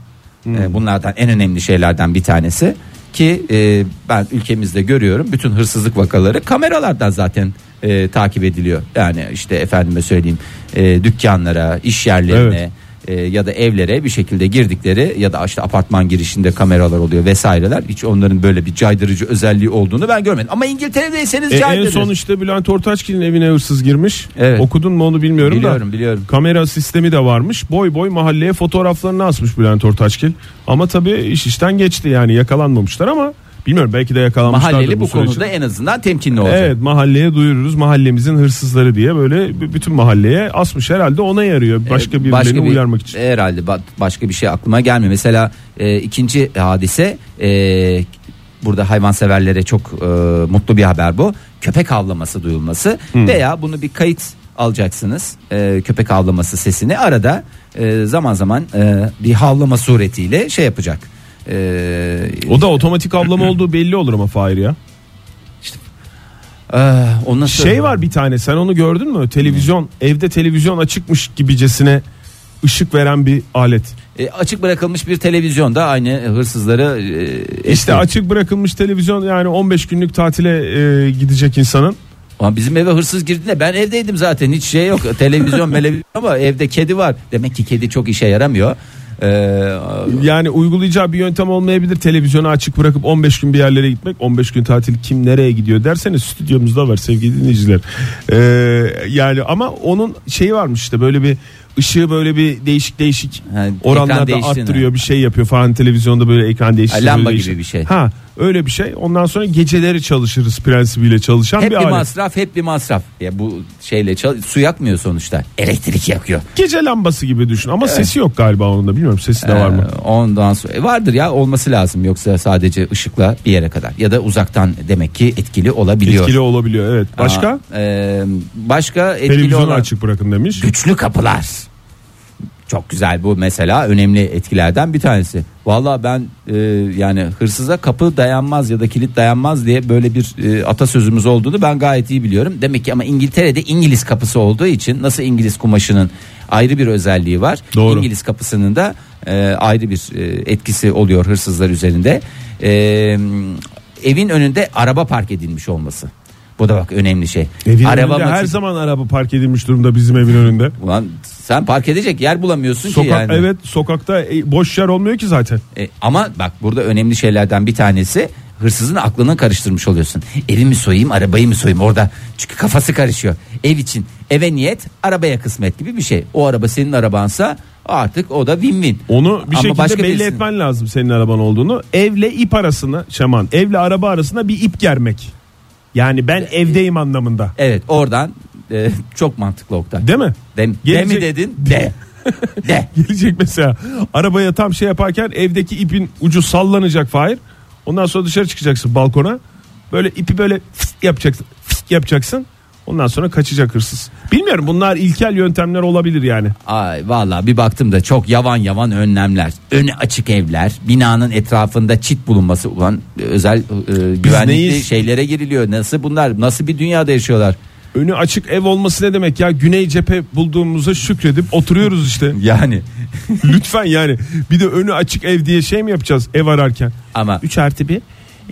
Hmm.
E, bunlardan en önemli şeylerden bir tanesi ki e, ben ülkemizde görüyorum bütün hırsızlık vakaları kameralardan zaten e, takip ediliyor. Yani işte efendime söyleyeyim e, dükkanlara, iş yerlerine,
Evet.
e, ya da evlere bir şekilde girdikleri ya da işte apartman girişinde kameralar oluyor vesaireler. Hiç onların böyle bir caydırıcı özelliği olduğunu ben görmedim. Ama İngiltere'deyseniz
E, en
caydırır.
son işte Bülent Ortaçgil'in evine hırsız girmiş.
Evet.
Okudun mu onu bilmiyorum, da.
biliyorum biliyorum.
Kamera sistemi de varmış. Boy boy mahalleye fotoğraflarını asmış Bülent Ortaçgil. Ama tabii iş işten geçti yani yakalanmamışlar ama bilmiyorum belki de yakalanmışlardır
Mahalleli bu,
süreç
konuda en azından temkinli olacak.
Evet mahalleye duyururuz mahallemizin hırsızları diye böyle b- bütün mahalleye asmış herhalde ona yarıyor başka birilerini
bir-
uyarmak için.
Herhalde ba- başka bir şey aklıma gelmiyor. Mesela e, ikinci hadise e, burada hayvanseverlere çok e, mutlu bir haber bu. Köpek avlaması duyulması
Hmm.
veya bunu bir kayıt alacaksınız e, köpek avlaması sesini arada e, zaman zaman e, bir havlama suretiyle şey yapacak. E,
O da otomatik avlama olduğu belli olur ama Fahir ya.
e, o nasıl-
Şey var bir tane sen onu gördün mü? Televizyon evde televizyon açıkmış gibicesine ışık veren bir alet.
E, açık bırakılmış bir televizyonda aynı hırsızları e,
İşte
etkiliyor.
açık bırakılmış televizyon yani 15 günlük tatile e, gidecek insanın.
Ama bizim eve hırsız girdiğinde ben evdeydim zaten hiç şey yok televizyon melevizyon ama evde kedi var demek ki kedi çok işe yaramıyor Ee,
Yani uygulayacağı bir yöntem olmayabilir televizyonu açık bırakıp 15 gün bir yerlere gitmek 15 gün tatil kim nereye gidiyor derseniz stüdyomuzda var sevgili dinleyiciler Ee, yani ama onun şeyi varmış işte böyle bir ışığı böyle bir değişik değişik
Ha, ekran
oranlarda
değiştiğini.
arttırıyor bir şey yapıyor falan televizyonda böyle ekran değiştiriyor.
Ha, lamba
böyle
gibi
değişik-
bir şey.
Ha öyle bir şey ondan sonra geceleri çalışırız prensibiyle çalışan
hep bir
bir alet.
masraf hep bir masraf ya bu şeyle çal- su yakmıyor sonuçta elektrik yakıyor
Gece lambası gibi düşün ama sesi yok galiba onun da bilmiyorum sesi de var mı?
Ee, ondan sonra e, vardır ya olması lazım yoksa sadece ışıkla bir yere kadar ya da uzaktan demek ki etkili olabiliyor
Etkili olabiliyor evet. Başka?
Aa, e, başka etkili
Televizyonu
olan
açık bırakın demiş.
Güçlü kapılar. Çok güzel bu mesela önemli etkilerden bir tanesi. Valla ben e, yani hırsıza kapı dayanmaz ya da kilit dayanmaz diye böyle bir e, atasözümüz olduğunu ben gayet iyi biliyorum. Demek ki ama İngiltere'de İngiliz kapısı olduğu için nasıl İngiliz kumaşının ayrı bir özelliği var.
Doğru.
İngiliz kapısının da e, ayrı bir e, etkisi oluyor hırsızlar üzerinde. E, evin önünde araba park edilmiş olması. Bu da bak önemli şey.
Evin
araba
önünde her
mı-
zaman araba park edilmiş durumda bizim evin önünde.
Ulan sen park edecek yer bulamıyorsun
Sokak
ki yani.
evet sokakta e, boş yer olmuyor ki zaten.
E, ama bak burada önemli şeylerden bir tanesi hırsızın aklını karıştırmış oluyorsun. Evi mi soyayım arabayı mı soyayım orada. Çünkü kafası karışıyor. Ev için eve niyet arabaya kısmet gibi bir şey. O araba senin arabansa Artık o da win-win.
Onu bir
Ama
şekilde
başka
belli
birisinin-
etmen lazım senin araban olduğunu. Evle ip arasına şaman. Evle araba arasına bir ip germek. Yani ben
e-
evdeyim anlamında.
Evet oradan e, çok mantıklı Oktay.
Değil mi?
Dem- de
Gelecek-
mi dedin? De. de.
Gelecek mesela arabaya tam şey yaparken evdeki ipin ucu sallanacak Fahir. Ondan sonra dışarı çıkacaksın balkona. Böyle ipi böyle fıst yapacaksın. fıst yapacaksın. Ondan sonra kaçacak hırsız. Bilmiyorum bunlar ilkel yöntemler olabilir yani.
Ay vallahi bir baktım da çok yavan yavan önlemler. Önü açık evler, binanın etrafında çit bulunması olan özel e, güvenlikli
neyiz?
şeylere giriliyor. Nasıl bunlar? Nasıl bir dünyada yaşıyorlar?
Önü açık ev olması ne demek ya? Güney cephe bulduğumuza şükredip oturuyoruz işte.
Yani
Lütfen yani bir de önü açık ev diye şey mi yapacağız ev ararken?
ama
3 artı 1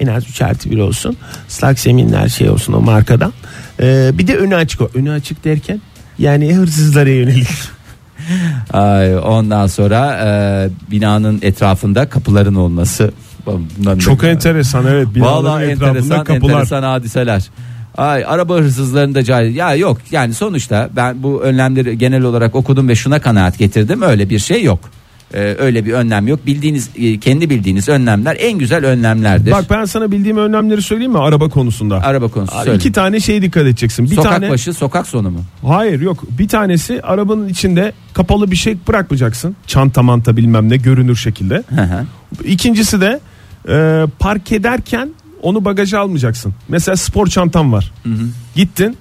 en az 3 artı 1 olsun. Slak zeminler şey olsun o markadan. Ee, bir de önü açık o. Önü açık derken yani hırsızlara yönelik.
ay, ondan sonra e, binanın etrafında kapıların olması. Bundan
Çok
ne-
enteresan evet. Binaların
Vallahi
etrafında
enteresan,
kapılar.
enteresan hadiseler. Ay araba hırsızlarının da cahil. Ya yok yani sonuçta ben bu önlemleri genel olarak okudum ve şuna kanaat getirdim. Öyle bir şey yok. Ee, öyle bir önlem yok. Bildiğiniz e, kendi bildiğiniz önlemler en güzel önlemlerdir.
Bak ben sana bildiğim önlemleri söyleyeyim mi araba konusunda?
araba konusu
Abi
söyle.
İki tane şeye dikkat edeceksin. Bir
sokak
tane
başı sokak sonu mu?
hayır yok. Bir tanesi arabanın içinde kapalı bir şey bırakmayacaksın. Çanta manta bilmem ne görünür şekilde.
Hı hı.
İkincisi de e, park ederken onu bagaja almayacaksın. Mesela spor çantam var. Gittin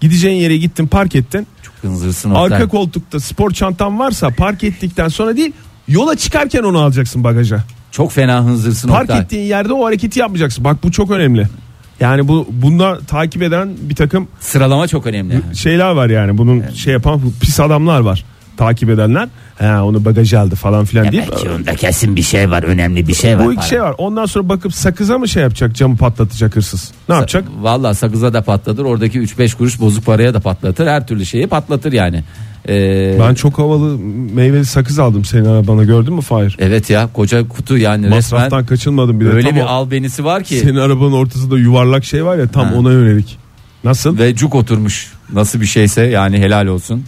gideceğin yere gittin park ettin.
Kınzırsın
Arka
Oktay.
koltukta spor çantan varsa park ettikten sonra değil yola çıkarken onu alacaksın bagaja.
Çok fena hınzırsın
Park
Oktay.
ettiğin yerde o hareketi yapmayacaksın. Bak bu çok önemli. Yani bu bunda takip eden bir takım
Sıralama çok önemli.
şeyler var yani. Bunun şey yapan pis adamlar var. Takip edenler. Ha onu bagajı aldı falan filan deyip.
onda kesin bir şey var önemli bir şey
Bu iki şey var. Ondan sonra bakıp sakıza mı şey yapacak camı patlatacak hırsız? Ne yapacak?
Valla sakıza da patlatır oradaki 3-5 kuruş bozuk paraya da patlatır her türlü şeyi patlatır yani. Ee,
Ben çok havalı meyveli sakız aldım senin arabana gördün mü Fahir?
Evet ya koca kutu yani
Masraftan
resmen
kaçınmadım bir de.
öyle
Tam
bir
o-
albenisi var ki
Senin arabanın ortasında yuvarlak şey var ya tam
Ha.
ona yönelik. Nasıl?
ve cuk oturmuş nasıl bir şeyse yani helal olsun.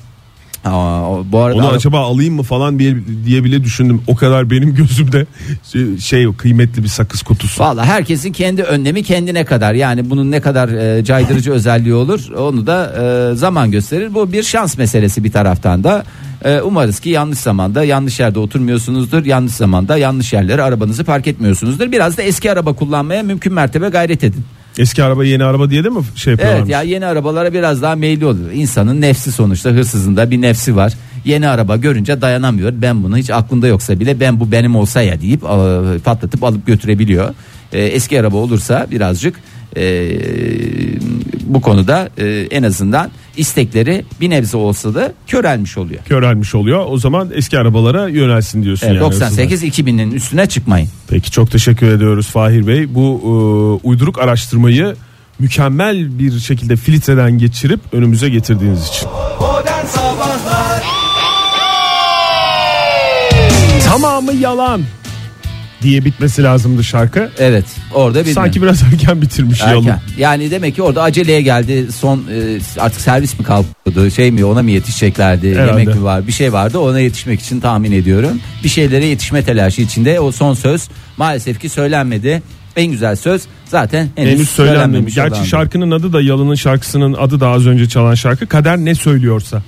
Aa, o- bu arada
Onu
ara-
acaba alayım mı falan diye, diye bile düşündüm. O kadar benim gözümde şey, şey o kıymetli bir sakız kutusu.
Valla herkesin kendi önlemi kendine kadar yani bunun ne kadar e, caydırıcı özelliği olur onu da e, zaman gösterir. Bu bir şans meselesi bir taraftan da E, umarız ki yanlış zamanda yanlış yerde oturmuyorsunuzdur yanlış zamanda yanlış yerlere arabanızı park etmiyorsunuzdur. Biraz da eski araba kullanmaya mümkün mertebe gayret edin.
Eski araba yeni araba diye de mi şey yapıyorlar?
Evet ya yeni arabalara biraz daha meyilli oluyor. İnsanın nefsi sonuçta hırsızın da bir nefsi var. Yeni araba görünce dayanamıyor. Ben bunu hiç aklında yoksa bile ben bu benim olsa ya deyip e, patlatıp alıp götürebiliyor. E, Eski araba olursa birazcık e, bu konuda e, en azından istekleri bir nebze olsa da körelmiş oluyor.
Körelmiş oluyor. O zaman eski arabalara yönelsin diyorsun.
Evet,
yani hırsızlar.
98 2000'in üstüne çıkmayın.
Peki çok teşekkür ediyoruz Fahir Bey. Bu e, uyduruk araştırmayı mükemmel bir şekilde filtreden geçirip önümüze getirdiğiniz için.
Modern Sabahlar
Tamamı yalan diye bitmesi lazımdı şarkı.
Evet orada bir
Sanki biraz erken bitirmiş yalan.
Erken. Yani demek ki orada aceleye geldi. Son e, artık servis mi kalktı? Şey mi ona mı yetişeceklerdi?
Herhalde.
Yemek mi var? Bir şey vardı. Ona yetişmek için tahmin ediyorum. Bir şeylere yetişme telaşı içinde o son söz maalesef ki söylenmedi. En güzel söz zaten henüz,
Henüz söylenmemiş.
söylenmemiş.
Gerçi
olan.
şarkının adı da Yalın'ın şarkısının adı da az önce çalan şarkı. Kader ne söylüyorsa.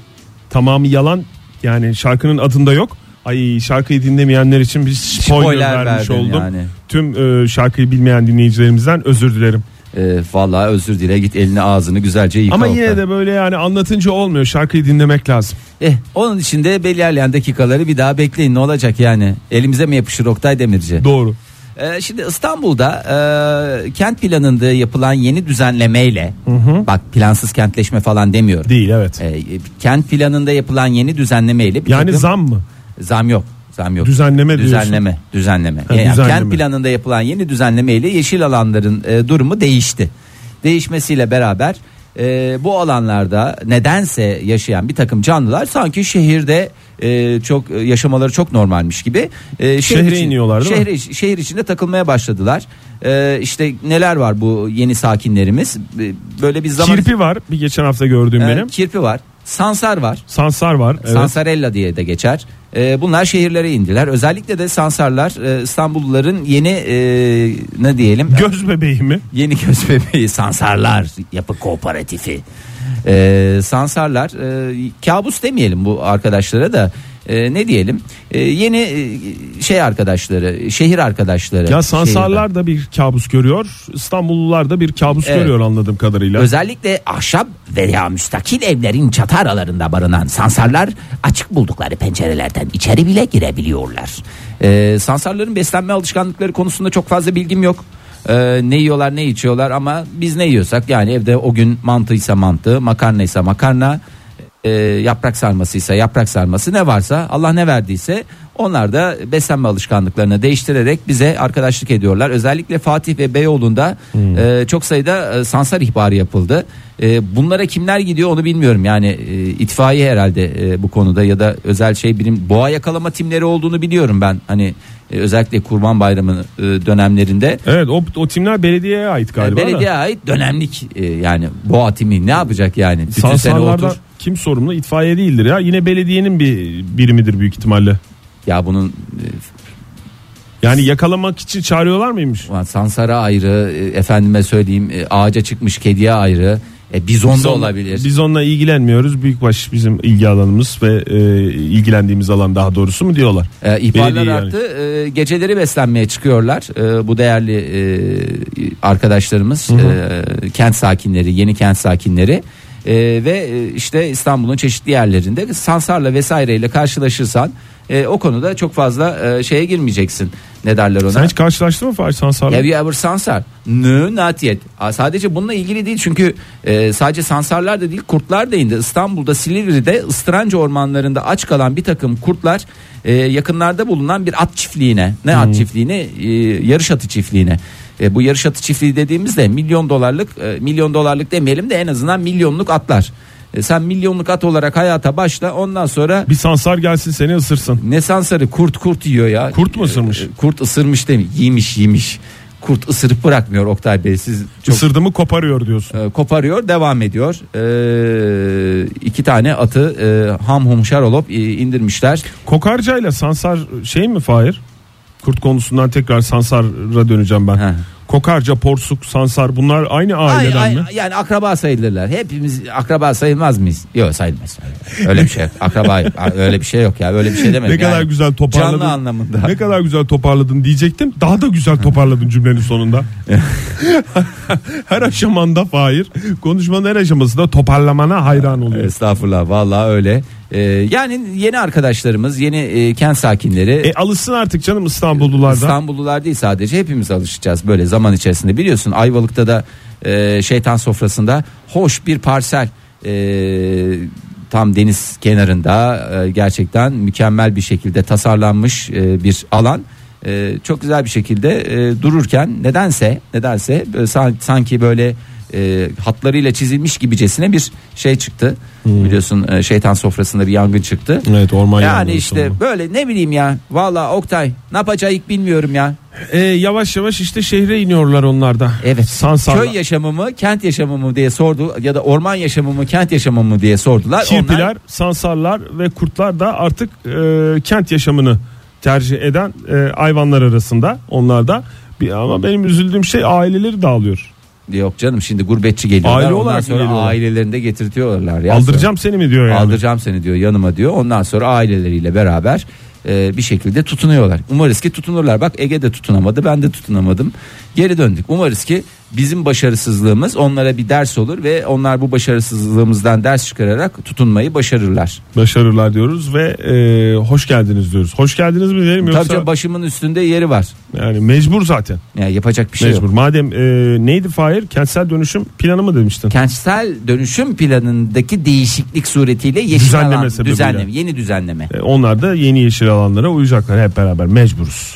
Tamamı yalan yani şarkının adında yok. Ay şarkıyı dinlemeyenler için bir spoiler,
Spoiler
vermiş
verdin
oldum.
yani.
Tüm e, şarkıyı bilmeyen dinleyicilerimizden özür dilerim.
E, vallahi özür dile git elini ağzını güzelce yıka.
Ama
Oktay.
yine de böyle yani anlatınca olmuyor. Şarkıyı dinlemek lazım.
Eh, onun için de belirleyen dakikaları bir daha bekleyin ne olacak yani. Elimize mi yapışır Oktay Demirci?
Doğru.
Ee, şimdi İstanbul'da e, kent planında yapılan yeni düzenlemeyle bak plansız kentleşme falan demiyorum.
Değil evet.
Ee, e, kent planında yapılan yeni düzenlemeyle bir
yani
takım-
zam mı?
zam yok. Zam yok.
Düzenleme diyorsun.
düzenleme, düzenleme.
Ha,
Yani
düzenleme.
kent planında yapılan yeni düzenlemeyle yeşil alanların e, durumu değişti. Değişmesiyle beraber e, bu alanlarda nedense yaşayan bir takım canlılar sanki şehirde e, çok e, yaşamaları çok normalmiş gibi e,
Şehre iniyorlar, değil mi?
şehre- şehir, içinde takılmaya başladılar. E, işte neler var bu yeni sakinlerimiz? E, Böyle bir zaman
Kirpi var bir geçen hafta gördüğüm
e,
benim.
kirpi var. Sansar var.
Sansar var. Evet.
Sansarella diye de geçer. Ee, bunlar şehirlere indiler. Özellikle de Sansarlar e, İstanbulluların yeni e, ne diyelim?
Göz bebeği mi?
Yeni göz bebeği Sansarlar yapı kooperatifi. Ee, sansarlar e, kabus demeyelim bu arkadaşlara da e, ne diyelim E, yeni e, şey arkadaşları şehir arkadaşları.
Ya sansarlar da bir kabus görüyor. İstanbullular da bir kabus
Evet.
görüyor anladığım kadarıyla.
Özellikle ahşap veya müstakil evlerin çatı aralarında barınan sansarlar açık buldukları pencerelerden içeri bile girebiliyorlar. Ee, sansarların beslenme alışkanlıkları konusunda çok fazla bilgim yok. Ee, ne yiyorlar ne içiyorlar ama biz ne yiyorsak yani evde o gün mantıysa mantı, makarnaysa makarna, e, yaprak sarmasıysa yaprak sarması ne varsa Allah ne verdiyse onlar da beslenme alışkanlıklarını değiştirerek bize arkadaşlık ediyorlar. Özellikle Fatih ve Beyoğlu'nda
Hmm.
e, çok sayıda e, sansar ihbarı yapıldı. E, bunlara kimler gidiyor onu bilmiyorum. Yani e, itfaiye herhalde e, bu konuda ya da özel şey birim boğa yakalama timleri olduğunu biliyorum ben. Hani e, özellikle Kurban Bayramı e, dönemlerinde
Evet o, o timler belediyeye ait galiba. da.
belediye ait dönemlik e, yani boğa timi ne yapacak yani? Bütün sene otur.
Sansarlardan kim sorumlu? İtfaiye değildir ya. Yine belediyenin bir birimidir büyük ihtimalle.
Ya bunun e,
Yani yakalamak için çağırıyorlar mıymış?
Ulan Sansara ayrı, e, efendime söyleyeyim e, ağaca çıkmış kediye ayrı, e, bizon da
on-
olabilir.
Biz onunla ilgilenmiyoruz. Büyükbaş bizim ilgi alanımız ve e, ilgilendiğimiz alan daha doğrusu mu diyorlar.
E, ihbarlar
Belediye yani.
arttı. E, geceleri beslenmeye çıkıyorlar. E, bu değerli e, arkadaşlarımız, e, kent sakinleri, yeni kent sakinleri. E, ve e, işte İstanbul'un çeşitli yerlerinde sansarla vesaireyle karşılaşırsan e, o konuda çok fazla e, şeye girmeyeceksin. Ne derler ona?
Sen hiç karşılaştın mı Fahri Sansar'la?
Have you ever sansar? No not yet. Aa, Sadece bununla ilgili değil çünkü e, sadece sansarlar da değil kurtlar da indi. İstanbul'da Silivri'de ıstıranca ormanlarında aç kalan bir takım kurtlar e, yakınlarda bulunan bir at çiftliğine ne at çiftliğine E, yarış atı çiftliğine. E, bu yarış atı çiftliği dediğimizde milyon dolarlık e, milyon dolarlık demeyelim de en azından milyonluk atlar. E, sen milyonluk at olarak hayata başla ondan sonra
Bir Sansar gelsin seni ısırsın.
ne sansarı kurt kurt yiyor ya.
Kurt mu ısırmış?
E, Kurt ısırmış değil mi? Yemiş yemiş. Kurt ısırıp bırakmıyor Oktay Bey siz çok
Isırdı mı koparıyor diyorsun.
e, koparıyor devam ediyor. E, iki tane atı e, ham hum şarolop e, indirmişler.
Kokarca ile Sansar şey mi Fahir? Kurt konusundan tekrar Sansar'a döneceğim ben.
He.
Kokarca, Porsuk, Sansar bunlar aynı
Ay,
aileden
ay,
mi?
yani akraba sayılırlar. Hepimiz akraba sayılmaz mıyız? Yok sayılmaz. Öyle bir şey yok. Akraba yok. öyle bir şey yok ya. Öyle bir şey demedim.
Ne kadar
Yani
güzel toparladın.
Canlı anlamında.
Ne kadar güzel toparladın diyecektim. Daha da güzel toparladın cümlenin sonunda. her aşamanda Fahir. Konuşmanın her aşamasında toparlamana hayran oluyor.
Estağfurullah vallahi öyle. E, yani yeni arkadaşlarımız, yeni e, kent sakinleri
E alışsın artık canım İstanbullulardan.
İstanbullular değil sadece hepimiz alışacağız böyle zaman içerisinde biliyorsun Ayvalık'ta da e, şeytan sofrasında hoş bir parsel e, tam deniz kenarında e, gerçekten mükemmel bir şekilde tasarlanmış e, bir alan E, çok güzel bir şekilde e, dururken nedense nedense e, san- sanki böyle e, hatlarıyla çizilmiş gibicesine bir şey çıktı biliyorsun e, şeytan sofrasında bir yangın çıktı
Hmm. Evet orman
yani
yangını
işte
sonu.
böyle ne bileyim ya. Valla Oktay ne yapacağız bilmiyorum ya.
E, yavaş yavaş işte şehre iniyorlar onlarda.
Evet.
Sansarlar.
Köy yaşamı mı, kent yaşamı mı diye sordu ya da orman yaşamı mı, kent yaşamı mı diye sordular.
Kirpiler,
Onlar
sansarlar ve kurtlar da artık e, kent yaşamını tercih eden e, hayvanlar arasında onlar da. Bir, ama benim üzüldüğüm şey aileleri dağılıyor.
yok canım şimdi gurbetçi geliyorlar.
Aile
Ondan
olarak mı
sonra
geliyorlar?
ailelerini de getirtiyorlar ya.
Aldıracağım seni mi diyor
Sonra,
yani.
Aldıracağım seni diyor yanıma diyor. Ondan sonra aileleriyle beraber e, bir şekilde tutunuyorlar. Umarız ki tutunurlar. Bak Ege de tutunamadı, ben de tutunamadım. Geri döndük. Umarız ki bizim başarısızlığımız onlara bir ders olur ve onlar bu başarısızlığımızdan ders çıkararak tutunmayı başarırlar.
Başarılar diyoruz ve e, hoş geldiniz diyoruz. Hoş geldiniz mi diyelim
Tabii
yoksa
canım, başımın üstünde yeri var.
yani mecbur zaten.
Yani yapacak bir şey
mecbur.
yok.
Madem e, neydi Fahir? Kentsel dönüşüm planı mı demiştin?
Kentsel dönüşüm planındaki değişiklik suretiyle yeşil
Düzenleme
alan
sebebiyle.
düzenleme, yeni düzenleme.
E, onlar da yeni yeşil alanlara uyacaklar hep beraber mecburuz.